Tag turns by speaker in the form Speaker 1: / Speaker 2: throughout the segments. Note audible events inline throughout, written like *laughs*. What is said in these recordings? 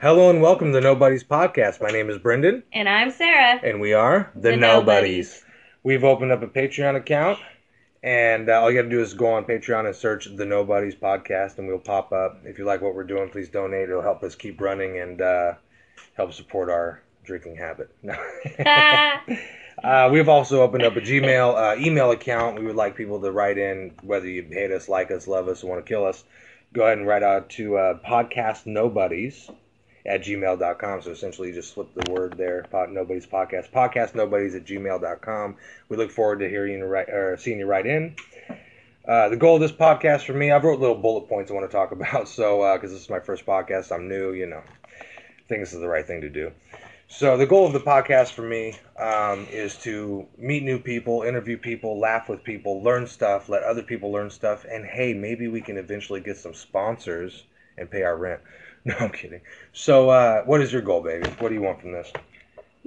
Speaker 1: Hello and welcome to Nobody's Podcast. My name is Brendan,
Speaker 2: And
Speaker 1: *laughs*
Speaker 2: I'm Sarah. *laughs*
Speaker 1: and we are the,
Speaker 2: The
Speaker 1: Nobodies.
Speaker 2: Nobodies.
Speaker 1: We've opened up a Patreon account, and uh, all you got to do is go on Patreon and search the Nobodies Podcast, and we'll pop up. If you like what we're doing, please donate. It'll help us keep running and uh, help support our drinking habit. *laughs* Uh, we've also opened up a Gmail uh, email account. We would like people to write in whether you hate us, like us, love us, want to kill us. Go ahead and write out to uh, podcastnobodies at gmail.com. So essentially, you just slip the word there, pod, nobody's podcast, podcastnobodies at gmail.com. We look forward to hearing you write, or seeing you write in. Uh, the goal of this podcast for me, I've wrote little bullet points I want to talk *laughs* about. So, because this is my first podcast, I'm new, you know, I think this is the right thing to do. So the goal of the podcast for me um, is to meet new people, interview people, laugh with people, learn stuff, let other people learn stuff, and hey, maybe we can eventually get some sponsors and pay our rent. *laughs* No, I'm kidding. So, uh, what is your goal, baby? What do you want from this?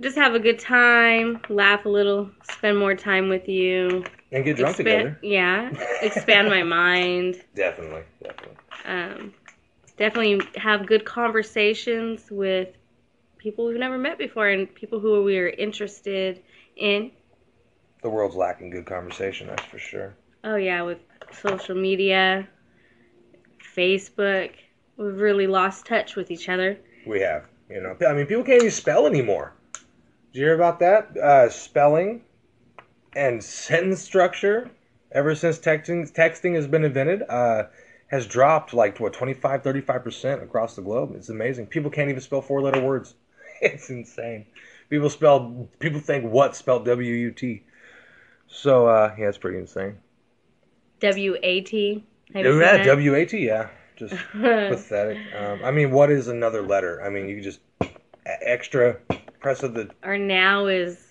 Speaker 2: Just have a good time, laugh a little, spend more time with you.
Speaker 1: And get drunk
Speaker 2: Expan-
Speaker 1: together.
Speaker 2: Yeah. Expand my mind.
Speaker 1: *laughs* Definitely, definitely.
Speaker 2: Um, definitely have good conversations with people we've never met before and people who we are interested in.
Speaker 1: The world's lacking good conversation, that's for sure.
Speaker 2: Oh, yeah, with social media, Facebook. We've really lost touch with each other.
Speaker 1: We have, you know. I mean, people can't even spell anymore. Did you hear about that? Uh, spelling and sentence structure, ever since texting texting has been invented, uh, has dropped like what 25, 35 percent across the globe. It's amazing. People can't even spell four letter words. *laughs* It's insane. People spell people think what spelled W U T. So uh, yeah, it's pretty insane.
Speaker 2: W A T. Have you seen
Speaker 1: Yeah,
Speaker 2: that?
Speaker 1: W A T. Yeah, just
Speaker 2: *laughs*
Speaker 1: pathetic. Um, I mean, what is another letter? I mean, you just e- extra press of the
Speaker 2: Our now is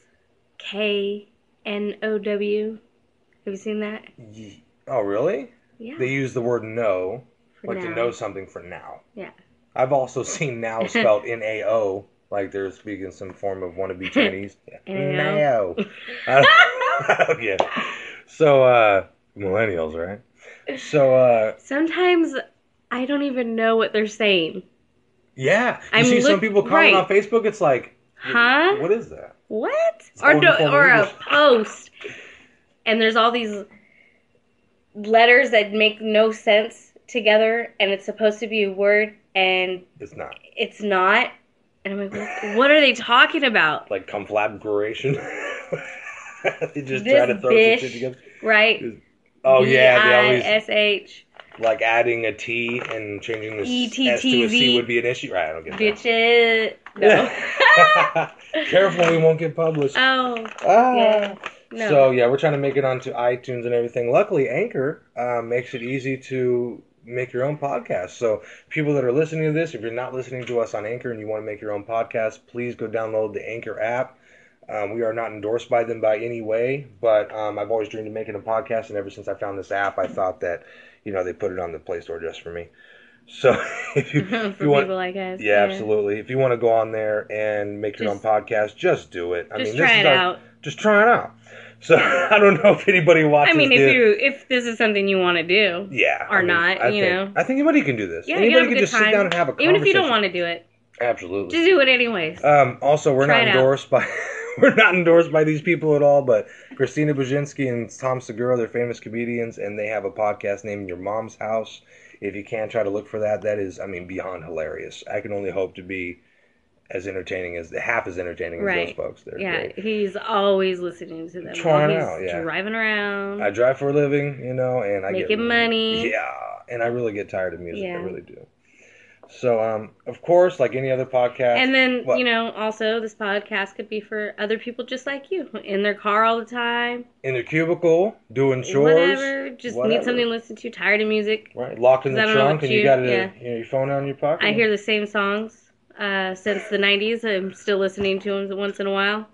Speaker 2: K N O W. Have you seen that?
Speaker 1: ye- oh really?
Speaker 2: Yeah.
Speaker 1: They use the word no,
Speaker 2: for
Speaker 1: like to
Speaker 2: now.
Speaker 1: know something for now.
Speaker 2: Yeah.
Speaker 1: I've also seen
Speaker 2: *laughs*
Speaker 1: now spelled N A O, like they're speaking some form of wannabe Chinese.
Speaker 2: NAO.
Speaker 1: No. *laughs* I don't- yeah. So uh, millennials, right? So uh,
Speaker 2: *laughs* Sometimes I don't even know what they're saying.
Speaker 1: yeah, you
Speaker 2: I'm
Speaker 1: see some
Speaker 2: look-
Speaker 1: people comment
Speaker 2: right.
Speaker 1: on Facebook. It's like,
Speaker 2: Huh?
Speaker 1: What is that?
Speaker 2: What?
Speaker 1: It's
Speaker 2: Or
Speaker 1: old
Speaker 2: do,
Speaker 1: form of
Speaker 2: or a
Speaker 1: *laughs* English.
Speaker 2: post, and there's all these letters that make no sense together, and it's supposed to be a word, and
Speaker 1: It's not.
Speaker 2: it's not. And I'm like, what- what are they talking about?
Speaker 1: like conflagration. *laughs* they just
Speaker 2: This
Speaker 1: try to throw some
Speaker 2: bitch.
Speaker 1: shit together.
Speaker 2: Right?
Speaker 1: Oh yeah, they always
Speaker 2: B-I-S-H.
Speaker 1: like adding a T and changing the
Speaker 2: E
Speaker 1: S to a C
Speaker 2: ETTV.
Speaker 1: would be an issue. Right, I don't get that.
Speaker 2: Bitches.
Speaker 1: *laughs*
Speaker 2: No.
Speaker 1: Careful, we won't get published.
Speaker 2: *laughs* oh,
Speaker 1: ah.
Speaker 2: yeah. No.
Speaker 1: So yeah, we're trying to make it onto iTunes and everything. Luckily, Anchor uh, makes it easy to make your own podcast. So people that are listening to this, if you're not listening to us on Anchor and you want to make your own podcast, please go download the Anchor app. Um, we are not endorsed by them by any way, but um, I've always dreamed of making a podcast, and ever since I found this app, I thought that you know they put it on the Play Store just for me. So *laughs* if
Speaker 2: *laughs*
Speaker 1: you,
Speaker 2: For
Speaker 1: you
Speaker 2: people
Speaker 1: want-
Speaker 2: like us.
Speaker 1: yeah, absolutely, if you want to go on there and make your
Speaker 2: Just-
Speaker 1: own podcast, just do it. I
Speaker 2: Just
Speaker 1: mean, this
Speaker 2: try
Speaker 1: is
Speaker 2: it
Speaker 1: our
Speaker 2: out.
Speaker 1: just try it out. So *laughs* I don't know if anybody watches.
Speaker 2: I mean, if
Speaker 1: this.
Speaker 2: you if this is something you want to do,
Speaker 1: yeah, I
Speaker 2: are
Speaker 1: mean,
Speaker 2: not,
Speaker 1: I
Speaker 2: you
Speaker 1: think,
Speaker 2: know.
Speaker 1: I think anybody can do this.
Speaker 2: Yeah, you
Speaker 1: anybody
Speaker 2: have a
Speaker 1: can
Speaker 2: good
Speaker 1: just sit
Speaker 2: time.
Speaker 1: down and have a
Speaker 2: even if you
Speaker 1: conversation.
Speaker 2: don't want to do it,
Speaker 1: absolutely.
Speaker 2: just do it anyways.
Speaker 1: Um, also, we're
Speaker 2: Try
Speaker 1: not
Speaker 2: it out.
Speaker 1: endorsed by *laughs* we're not endorsed by these people at all. But Christina Buzinski and Tom Segura, they're famous comedians, and they have a podcast named Your Mom's House. If you can try to look for that, that is, I mean, beyond hilarious. I can only hope to be as entertaining as half as entertaining as
Speaker 2: Right.
Speaker 1: those folks. They're
Speaker 2: yeah,
Speaker 1: great.
Speaker 2: he's always listening to them.
Speaker 1: Try
Speaker 2: while
Speaker 1: it
Speaker 2: he's
Speaker 1: out, yeah.
Speaker 2: driving around.
Speaker 1: I drive for a living, you know, and I get
Speaker 2: Making money.
Speaker 1: Yeah, and I really get tired of music. I
Speaker 2: Yeah.
Speaker 1: really do. So, um, of course, like any other podcast,
Speaker 2: and then
Speaker 1: What?
Speaker 2: you know, also this podcast could be for other people just like you, in their car all the time,
Speaker 1: in the cubicle doing chores,
Speaker 2: whatever. Just
Speaker 1: whatever.
Speaker 2: need something to listen to. Tired of music.
Speaker 1: right? Locked in the
Speaker 2: 'Cause I don't know
Speaker 1: trunk,
Speaker 2: what
Speaker 1: and you
Speaker 2: you-
Speaker 1: got it,
Speaker 2: yeah.
Speaker 1: you know, your phone out in your pocket.
Speaker 2: I hear the same songs uh, since the 90s. I'm still listening to them once in a while.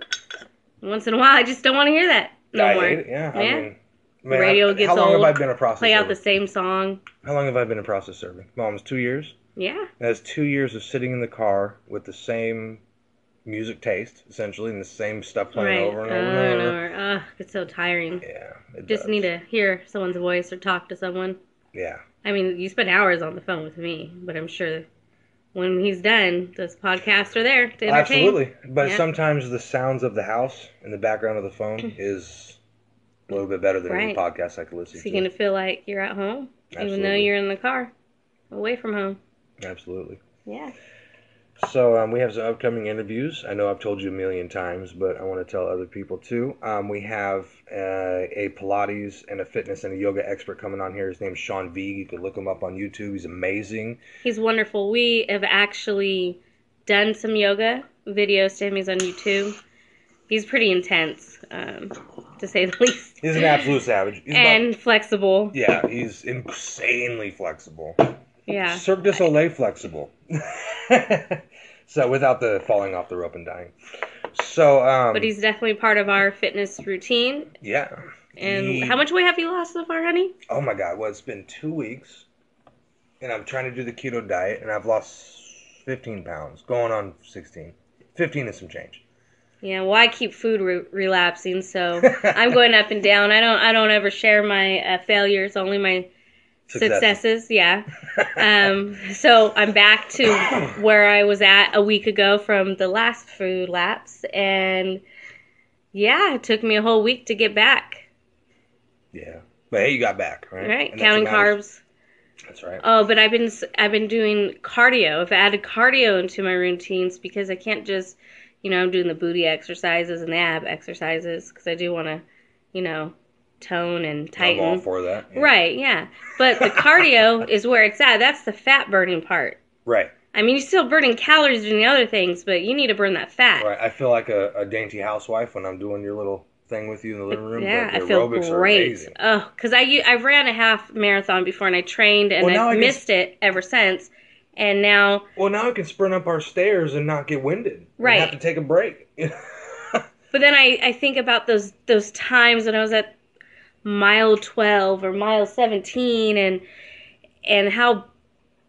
Speaker 2: Once in a while, I just don't want to hear that no
Speaker 1: I hate
Speaker 2: more.
Speaker 1: it, Yeah, I
Speaker 2: Yeah.
Speaker 1: mean, man,
Speaker 2: Radio
Speaker 1: I-
Speaker 2: gets
Speaker 1: how long
Speaker 2: old.
Speaker 1: have I been a process?
Speaker 2: Play out the
Speaker 1: server?
Speaker 2: same song.
Speaker 1: How long have I been a process serving? Mom's two years.
Speaker 2: Yeah.
Speaker 1: That's two years of sitting in the car with the same music taste, essentially, and the same stuff playing
Speaker 2: right.
Speaker 1: over and over
Speaker 2: over
Speaker 1: and over.
Speaker 2: Ugh, it's so tiring.
Speaker 1: Yeah, it
Speaker 2: Just
Speaker 1: does.
Speaker 2: need to hear someone's voice or talk to someone.
Speaker 1: Yeah.
Speaker 2: I mean, you spend hours on the phone with me, but I'm sure when he's done, those podcasts are there to entertain.
Speaker 1: Absolutely. But
Speaker 2: Yeah. Mm.
Speaker 1: sometimes the sounds of the house in the background of the phone is a little bit better than any
Speaker 2: Right.
Speaker 1: podcast I could listen
Speaker 2: So you're
Speaker 1: to.
Speaker 2: gonna feel like you're at home, even though
Speaker 1: Absolutely.
Speaker 2: you're in the car, away from home.
Speaker 1: Absolutely.
Speaker 2: Yeah.
Speaker 1: So um, we have some upcoming interviews. I know I've told you a million times, but I want to tell other people too. Um, we have uh, a Pilates and a fitness and a yoga expert coming on here. His name's Sean Veig. You could look him up on YouTube. He's amazing.
Speaker 2: He's wonderful. We have actually done some yoga videos to him. He's on YouTube. He's pretty intense, um, to say the least,
Speaker 1: He's an absolute
Speaker 2: *gasps*
Speaker 1: savage. He's about-
Speaker 2: and flexible.
Speaker 1: yeah, he's insanely flexible.
Speaker 2: Yeah.
Speaker 1: Cirque du Soleil flexible. *laughs* so without the falling off the rope and dying. So um,
Speaker 2: But he's definitely part of our fitness routine.
Speaker 1: yeah.
Speaker 2: And
Speaker 1: He-
Speaker 2: how much weight have you lost so far, honey?
Speaker 1: Oh my god, well it's been two weeks and I'm trying to do the keto diet and I've lost fifteen pounds, going on sixteen. Fifteen is some change.
Speaker 2: Yeah, well, I keep food re-
Speaker 1: *laughs*
Speaker 2: relapsing, so I'm going up and down. I don't, I don't ever share my uh, failures, only my successes.
Speaker 1: *laughs*
Speaker 2: Yeah. Um, so I'm back to
Speaker 1: *coughs*
Speaker 2: where I was at a week ago from the last food lapse, and yeah, it took me a whole week to get back.
Speaker 1: Yeah. But hey you got back, right?
Speaker 2: Right,
Speaker 1: And that's
Speaker 2: counting
Speaker 1: what matters.
Speaker 2: carbs.
Speaker 1: That's right.
Speaker 2: Oh, but I've been s- I've been doing cardio. I've added cardio into my routines because I can't just, you know, I'm doing the booty exercises and the ab exercises because I do want to, you know, tone and tighten.
Speaker 1: I'm all for that. Yeah.
Speaker 2: Right, yeah. But
Speaker 1: *laughs*
Speaker 2: the cardio is where it's at. That's the fat burning part.
Speaker 1: Right.
Speaker 2: I mean, you're still burning calories doing the other things, but you need to burn that fat.
Speaker 1: Right. I feel like a, a dainty housewife when I'm doing your little thing with you in the living room.
Speaker 2: Yeah,
Speaker 1: but
Speaker 2: I
Speaker 1: the
Speaker 2: feel
Speaker 1: aerobics are
Speaker 2: great.
Speaker 1: amazing.
Speaker 2: Oh, because I u- I ran a half marathon before and I trained and
Speaker 1: Well, now I
Speaker 2: I've
Speaker 1: can-
Speaker 2: missed it ever since. And now
Speaker 1: Well now I can sprint up our stairs and not get winded.
Speaker 2: Right.
Speaker 1: And have to take a break. *laughs*
Speaker 2: But then I, I think about those those times when I was at mile twelve or mile seventeen and and how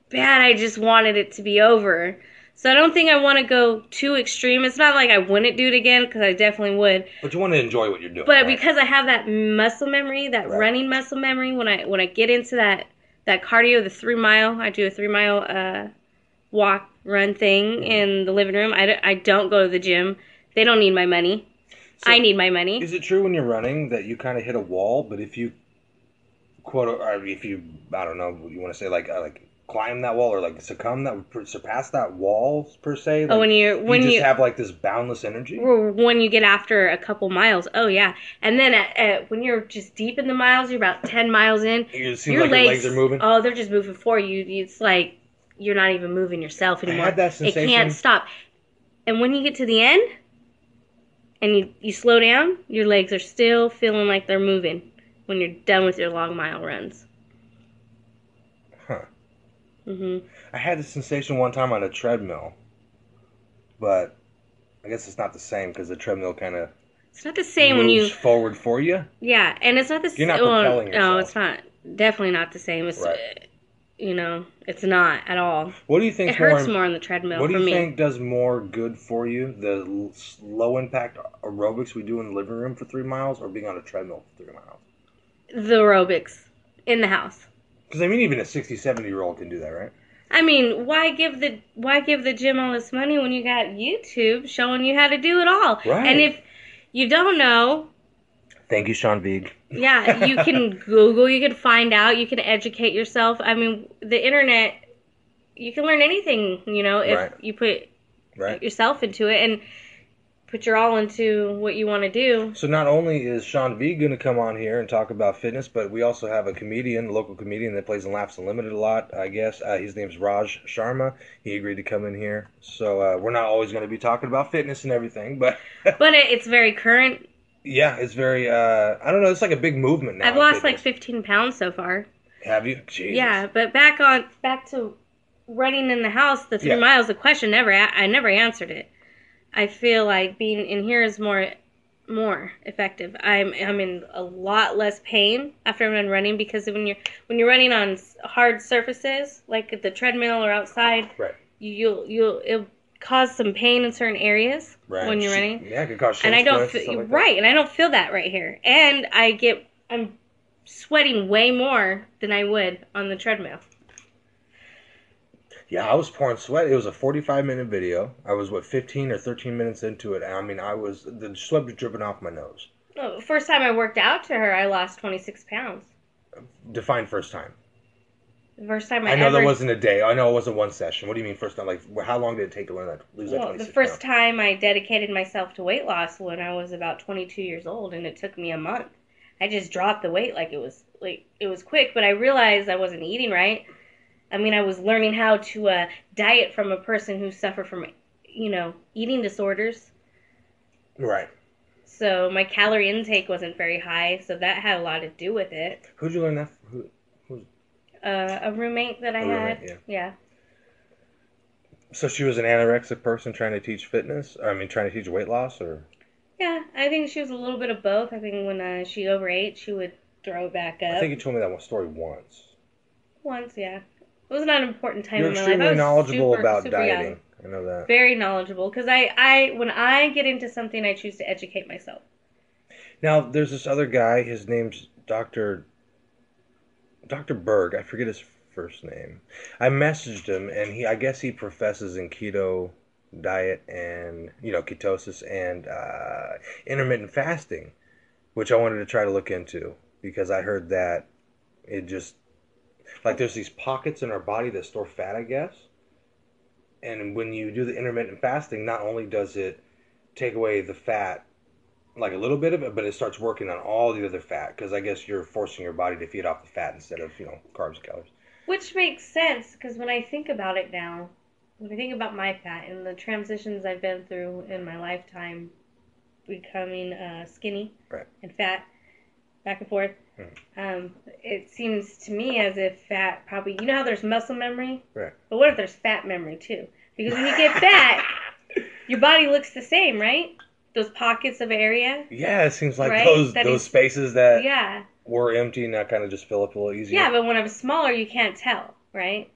Speaker 2: bad I just wanted it to be over. So I don't think I want to go too extreme. It's not like I wouldn't do it again because I definitely would.
Speaker 1: but you want to enjoy what you're doing.
Speaker 2: But
Speaker 1: right?
Speaker 2: because I have that muscle memory, that
Speaker 1: Right.
Speaker 2: running muscle memory, when I when I get into that that cardio, the three mile, I do a three mile uh, walk run
Speaker 1: Mm-hmm.
Speaker 2: thing in the living room. I, don't- I don't go to the gym. They don't need my money.
Speaker 1: So-
Speaker 2: I need my money.
Speaker 1: Is it true when you're running that you kind of hit a wall, but if you quote or if you I don't know, you want to say like uh, like climb that wall or like succumb that surpass that wall per se?
Speaker 2: Oh,
Speaker 1: like,
Speaker 2: when you when
Speaker 1: just
Speaker 2: you,
Speaker 1: have like this boundless energy.
Speaker 2: well, when you get after a couple miles, oh yeah, and then at, at, when you're just deep in the miles, you're about ten miles in.
Speaker 1: It seems
Speaker 2: your
Speaker 1: like
Speaker 2: legs,
Speaker 1: your legs are moving.
Speaker 2: Oh, they're just moving for you. It's like you're not even moving yourself
Speaker 1: I
Speaker 2: anymore.
Speaker 1: had that
Speaker 2: It
Speaker 1: sensation.
Speaker 2: can't stop. And when you get to the end, and you you slow down, your legs are still feeling like they're moving when you're done with your long mile runs.
Speaker 1: Huh.
Speaker 2: hmm
Speaker 1: I had this sensation one time on a treadmill, but I guess it's not the same because the treadmill kind of
Speaker 2: It's not the same
Speaker 1: moves
Speaker 2: when you
Speaker 1: forward for you.
Speaker 2: Yeah, and it's not the
Speaker 1: You're not
Speaker 2: well,
Speaker 1: propelling
Speaker 2: No,
Speaker 1: yourself.
Speaker 2: it's not. Definitely not the same. It's
Speaker 1: Right.
Speaker 2: you know, it's not at all.
Speaker 1: What do you think?
Speaker 2: It hurts
Speaker 1: more
Speaker 2: more on the treadmill
Speaker 1: What do
Speaker 2: for
Speaker 1: you
Speaker 2: me.
Speaker 1: think does more good for you, the low impact aerobics we do in the living room for three miles, or being on a treadmill for three miles?
Speaker 2: The aerobics in the house.
Speaker 1: Because I mean, even a 60, 70 year old can do that, right?
Speaker 2: I mean, why give the why give the gym all this money when you got YouTube showing you how to do it all?
Speaker 1: Right.
Speaker 2: And if you don't know,
Speaker 1: Thank you, Sean Vig.
Speaker 2: yeah, you
Speaker 1: *laughs*
Speaker 2: can Google, you can find out, you can educate yourself. I mean, the internet you can learn anything, you know, if
Speaker 1: Right.
Speaker 2: you put
Speaker 1: Right.
Speaker 2: yourself into it and put your all into what you want to do.
Speaker 1: So not only is Sean Vig going to come on here and talk about fitness, but we also have a comedian, local comedian that plays in Laughs Unlimited a lot. I guess uh, his name's Raj Sharma. He agreed to come in here, so uh, we're not always going to be talking about fitness and everything, but
Speaker 2: But it, it's very current.
Speaker 1: yeah, it's very. Uh, I don't know. It's like a big movement now.
Speaker 2: I've
Speaker 1: in
Speaker 2: lost like
Speaker 1: fitness.
Speaker 2: 15 pounds so far.
Speaker 1: Have you? Jesus.
Speaker 2: Yeah, but back on back to running in the house, the three
Speaker 1: Yeah.
Speaker 2: miles. The question never a- I never answered it. I feel like being in here is more more effective. I'm I'm in a lot less pain after I'm done running because when you're when you're running on s- hard surfaces like at the treadmill or outside,
Speaker 1: Right.
Speaker 2: you, you'll you'll it'll cause some pain in certain areas
Speaker 1: Right.
Speaker 2: when you're
Speaker 1: Sh-
Speaker 2: running.
Speaker 1: Yeah, it could cause
Speaker 2: and I don't
Speaker 1: feel
Speaker 2: feel right, and I don't feel that right here. And I get I'm sweating way more than I would on the treadmill.
Speaker 1: Yeah, I was pouring sweat. It was a 45 minute video. I was what 15 or 13 minutes into it. and I mean, I was the sweat was dripping off my nose.
Speaker 2: Oh, First time I worked out to her, I lost 26 pounds.
Speaker 1: Define first time.
Speaker 2: The first time I,
Speaker 1: I know
Speaker 2: ever,
Speaker 1: that wasn't a day. I know it wasn't one session. What do you mean first time? Like, wh- how long did it take to learn that? Lose that
Speaker 2: well, the
Speaker 1: 26
Speaker 2: first
Speaker 1: pounds?
Speaker 2: time I dedicated myself to weight loss when I was about 22 years old, and it took me a month. I just dropped the weight like it was like it was quick, but I realized I wasn't eating right. I mean, I was learning how to uh, diet from a person who suffered from, you know, eating disorders.
Speaker 1: Right.
Speaker 2: So my calorie intake wasn't very high, so that had a lot to do with it.
Speaker 1: Who'd you learn that? From? Who?
Speaker 2: Uh, a roommate that I
Speaker 1: A
Speaker 2: had,
Speaker 1: roommate, yeah.
Speaker 2: yeah.
Speaker 1: So she was an anorexic person trying to teach fitness. I mean, trying to teach weight loss, or
Speaker 2: Yeah, I think she was a little bit of both. I think when uh, she overate, she would throw it back up.
Speaker 1: I think you told me that one story once.
Speaker 2: Once, yeah. It was not an important time
Speaker 1: You're
Speaker 2: in my life. I
Speaker 1: extremely
Speaker 2: was
Speaker 1: knowledgeable
Speaker 2: super-
Speaker 1: about
Speaker 2: super young.
Speaker 1: dieting. I know that.
Speaker 2: Very knowledgeable, because I, I, when I get into something, I choose to educate myself.
Speaker 1: Now there's this other guy. His name's Doctor. Doctor Berg. I forget his first name. I messaged him, and he. I guess he professes in keto diet and you know ketosis and uh, intermittent fasting, which I wanted to try to look into because I heard that it just like there's these pockets in our body that store fat, I guess. And when you do the intermittent fasting, not only does it take away the fat like a little bit of it, but it starts working on all the other fat because I guess you're forcing your body to feed off the fat instead of you know carbs and calories.
Speaker 2: Which makes sense, because when I think about it now, when I think about my fat and the transitions I've been through in my lifetime, becoming uh, skinny
Speaker 1: Right.
Speaker 2: and fat, back and forth,
Speaker 1: Mhm.
Speaker 2: um, it seems to me as if fat probably, you know how there's muscle memory?
Speaker 1: Right.
Speaker 2: But what if there's fat memory too? Because when you get fat, your body looks the same, right? Those pockets of area.
Speaker 1: *laughs* Yeah, it seems like
Speaker 2: Right?
Speaker 1: those
Speaker 2: That
Speaker 1: those
Speaker 2: is-
Speaker 1: spaces that
Speaker 2: yeah.
Speaker 1: were empty now kind of just fill up a little easier.
Speaker 2: Yeah, but when I'm smaller, you can't tell, right?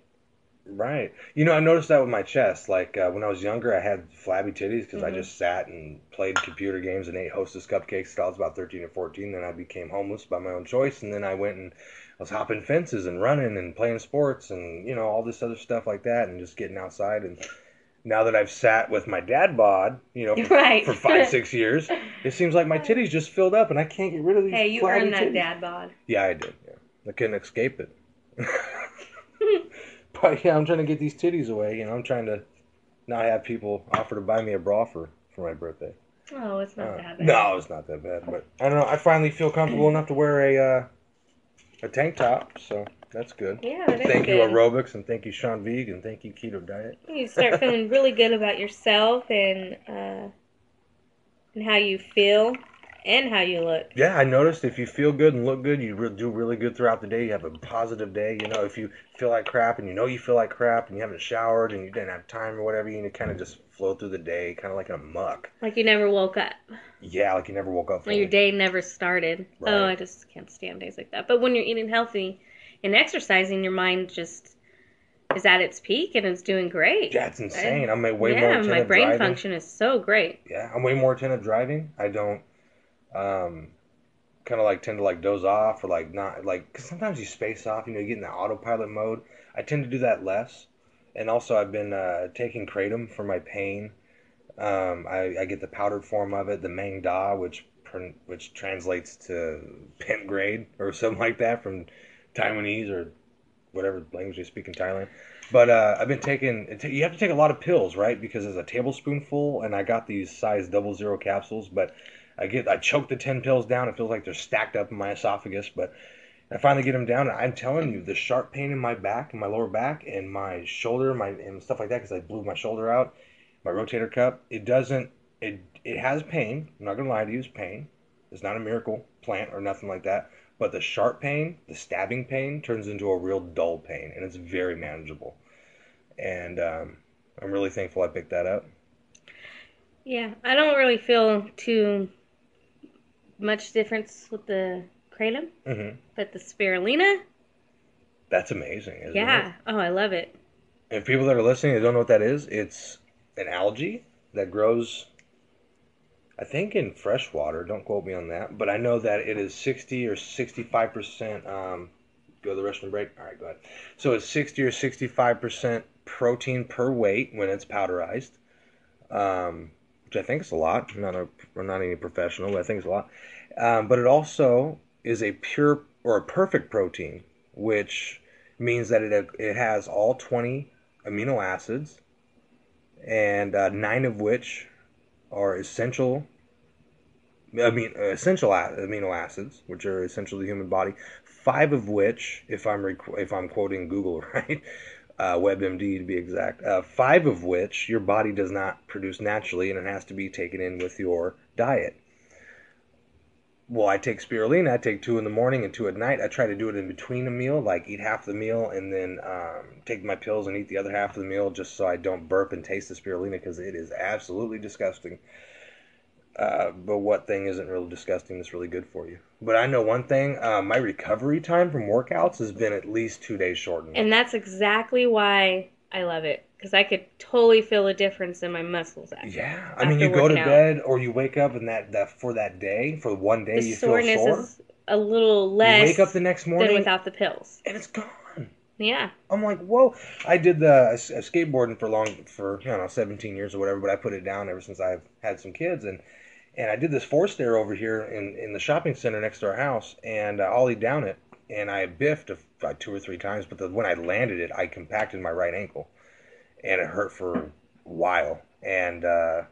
Speaker 1: Right. You know, I noticed that with my chest. Like uh, when I was younger, I had flabby titties because
Speaker 2: Mhm.
Speaker 1: I just sat and played computer games and ate Hostess cupcakes till I was about thirteen or fourteen. Then I became homeless by my own choice, and then I went and I was hopping fences and running and playing sports and you know all this other stuff like that, and just getting outside. And now that I've sat with my dad bod, you know, for,
Speaker 2: *laughs* Right.
Speaker 1: for five six years, it seems
Speaker 2: *laughs*
Speaker 1: like my titties just filled up, and I can't get rid of these.
Speaker 2: Hey, you
Speaker 1: flabby
Speaker 2: earned that
Speaker 1: titties.
Speaker 2: dad bod.
Speaker 1: Yeah, I did. Yeah. I couldn't escape it. but yeah, I'm trying to get these titties away. You know, I'm trying to not have people offer to buy me a bra for, for my birthday.
Speaker 2: Oh, it's not
Speaker 1: Uh,
Speaker 2: that bad.
Speaker 1: no, it's not that bad. But I don't know. I finally feel comfortable enough to wear a uh, a tank top, so that's good.
Speaker 2: Yeah, that is
Speaker 1: thank you,
Speaker 2: good.
Speaker 1: aerobics, and thank you, Sean Vegan, and thank you, Keto Diet.
Speaker 2: You start feeling really good about yourself and uh, and how you feel and how you look.
Speaker 1: Yeah, I noticed if you feel good and look good, you re- do really good throughout the day. You have a positive day. You know, if you feel like crap and you know you feel like crap and you haven't showered and you didn't have time or whatever, you kind of just flow through the day, kind of like in a muck.
Speaker 2: Like you never woke up.
Speaker 1: Yeah, like you never woke up.
Speaker 2: Like your
Speaker 1: fully.
Speaker 2: day never started. Oh,
Speaker 1: Right.
Speaker 2: I just can't stand days like that. But when you're eating healthy and exercising, your mind just is at its peak and it's doing great.
Speaker 1: Yeah, it's insane. I'm way more
Speaker 2: yeah,
Speaker 1: attentive
Speaker 2: my brain
Speaker 1: driving.
Speaker 2: function is so great.
Speaker 1: Yeah, I'm way more attentive driving. I don't, um, kind of like tend to like doze off or like not like because sometimes you space off. You know, you get in that autopilot mode. I tend to do that less. And also, I've been uh, taking kratom for my pain. Um, I, I get the powdered form of it, the Mang Da, which pron- which translates to *laughs* pimp grade or something like that from Taiwanese or whatever language they speak in Thailand. But uh, I've been taking. it ta- You have to take a lot of pills, right? Because it's a tablespoonful, and I got these size double zero capsules. But I get, I choke the ten pills down. It feels like they're stacked up in my esophagus. But I finally get them down. And I'm telling you, the sharp pain in my back, in my lower back, and my shoulder, my and stuff like that, because I blew my shoulder out, my rotator cuff. It doesn't. It it has pain. I'm not gonna lie to you, it's pain. It's not a miracle plant or nothing like that. But the sharp pain, the stabbing pain, turns into a real dull pain, and it's very manageable. And um, I'm really thankful I picked that up.
Speaker 2: Yeah, I don't really feel too much difference with the kratom,
Speaker 1: hmm
Speaker 2: but the spirulina,
Speaker 1: That's amazing, isn't
Speaker 2: yeah.
Speaker 1: it?
Speaker 2: Oh, I love it.
Speaker 1: If people that are listening and don't know what that is, it's an algae that grows, I think, in fresh water. Don't quote me on that. But I know that it is 60 or 65%. Um, go to the restroom break? All right, go ahead. So it's 60 or 65% protein per weight when it's powderized, um, which I think is a lot. I'm not a, I'm not any professional, but I think it's a lot. Um, but it also is a pure or a perfect protein, which means that it it has all 20 amino acids, and uh, nine of which are essential. I mean, uh, essential a- amino acids, which are essential to the human body. Five of which, if I'm requ- if I'm quoting Google *laughs* right, uh, WebMD to be exact, uh, five of which your body does not produce naturally, and it has to be taken in with your diet. Well, I take spirulina. I take two in the morning and two at night. I try to do it in between a meal, like eat half the meal and then um, take my pills and eat the other half of the meal, just so I don't burp and taste the spirulina because it is absolutely disgusting. Uh, but what thing isn't really disgusting that's really good for you? But I know one thing: uh, my recovery time from workouts has been at least two days shortened.
Speaker 2: And that's exactly why I love it because I could totally feel a difference in my muscles. After.
Speaker 1: yeah, I mean, you go
Speaker 2: working
Speaker 1: to
Speaker 2: out.
Speaker 1: bed or you wake up and that, that for that day for one day
Speaker 2: the
Speaker 1: you feel
Speaker 2: soreness
Speaker 1: sore.
Speaker 2: is a little
Speaker 1: You
Speaker 2: less
Speaker 1: wake up the next
Speaker 2: than
Speaker 1: morning
Speaker 2: without the pills.
Speaker 1: and it's gone.
Speaker 2: Yeah,
Speaker 1: I'm like, whoa! I did the I s- I skateboarding for long for I don't know 17 years or whatever, but I put it down ever since I've had some kids and. And I did this four stair over here in, in the shopping center next to our house, and I ollied down it, and I biffed a, about two or three times. But the, when I landed it, I compacted my right ankle, and it hurt for a while. And uh,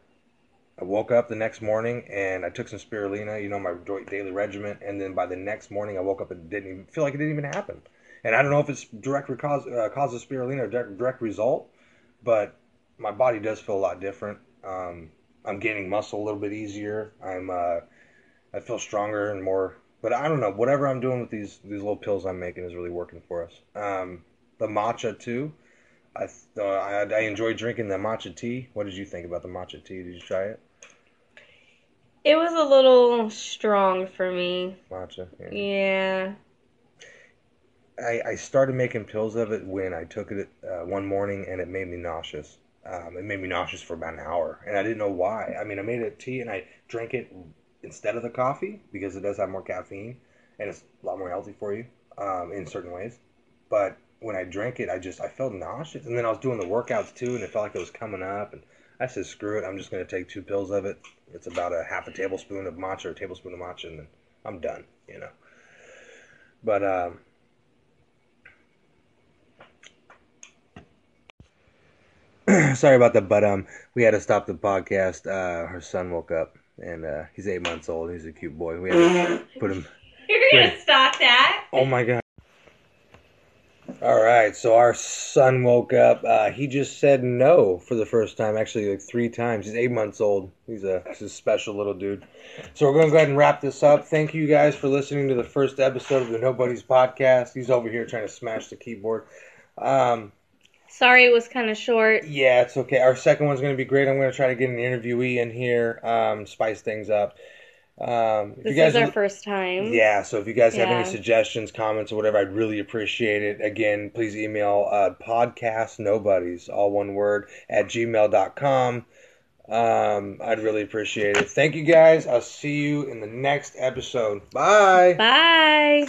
Speaker 1: I woke up the next morning and I took some spirulina, you know, my do- daily regimen, and then by the next morning I woke up and didn't even feel like it didn't even happen. And I don't know if it's direct cause uh, cause of spirulina or direct, direct result, but my body does feel a lot different. Um, I'm gaining muscle a little bit easier. I'm uh, I feel stronger and more. But I don't know. Whatever I'm doing with these these little pills I'm making is really working for us. Um, the matcha too. I, th- uh, I I enjoy drinking the matcha tea. What did you think about the matcha tea? Did you try it?
Speaker 2: it was a little strong for me.
Speaker 1: Matcha. yeah.
Speaker 2: Yeah,
Speaker 1: I, I started making pills of it when I took it uh, one morning and it made me nauseous. Um, it made me nauseous for about an hour and I didn't know why. I mean, I made it tea and I drank it instead of the coffee because it does have more caffeine and it's a lot more healthy for you um, in certain ways. But when I drank it, I just I felt nauseous and then I was doing the workouts too and it felt like it was coming up and I said, screw it, I'm just gonna take two pills of it. It's about a half a tablespoon of matcha or a tablespoon of matcha and then I'm done, you know. But um, *laughs* sorry about that, but um, we had to stop the podcast. Uh, her son woke up, and uh, he's eight months old. He's a cute boy. We had to put him.
Speaker 2: *laughs* you're gonna stop that.
Speaker 1: Oh my god! All right, so our son woke up. Uh, he just said no for the first time, actually, like three times. He's eight months old. He's a he's a special little dude. So we're gonna go ahead and wrap this up. Thank you guys for listening to the first episode of the Nobody's podcast. He's over here trying to smash the keyboard. Um,
Speaker 2: Sorry, it was kind of short.
Speaker 1: yeah, it's okay. Our second one's going to be great. I'm going to try to get an interviewee in here, um, spice things up. Um, if
Speaker 2: This
Speaker 1: you guys,
Speaker 2: is our first time.
Speaker 1: yeah, so if you guys have
Speaker 2: Yeah.
Speaker 1: any suggestions, comments, or whatever, I'd really appreciate it. Again, please email uh, podcastnobodies, all one word, at gmail.com. Um, I'd really appreciate it. Thank you guys. I'll see you in the next episode. Bye.
Speaker 2: Bye.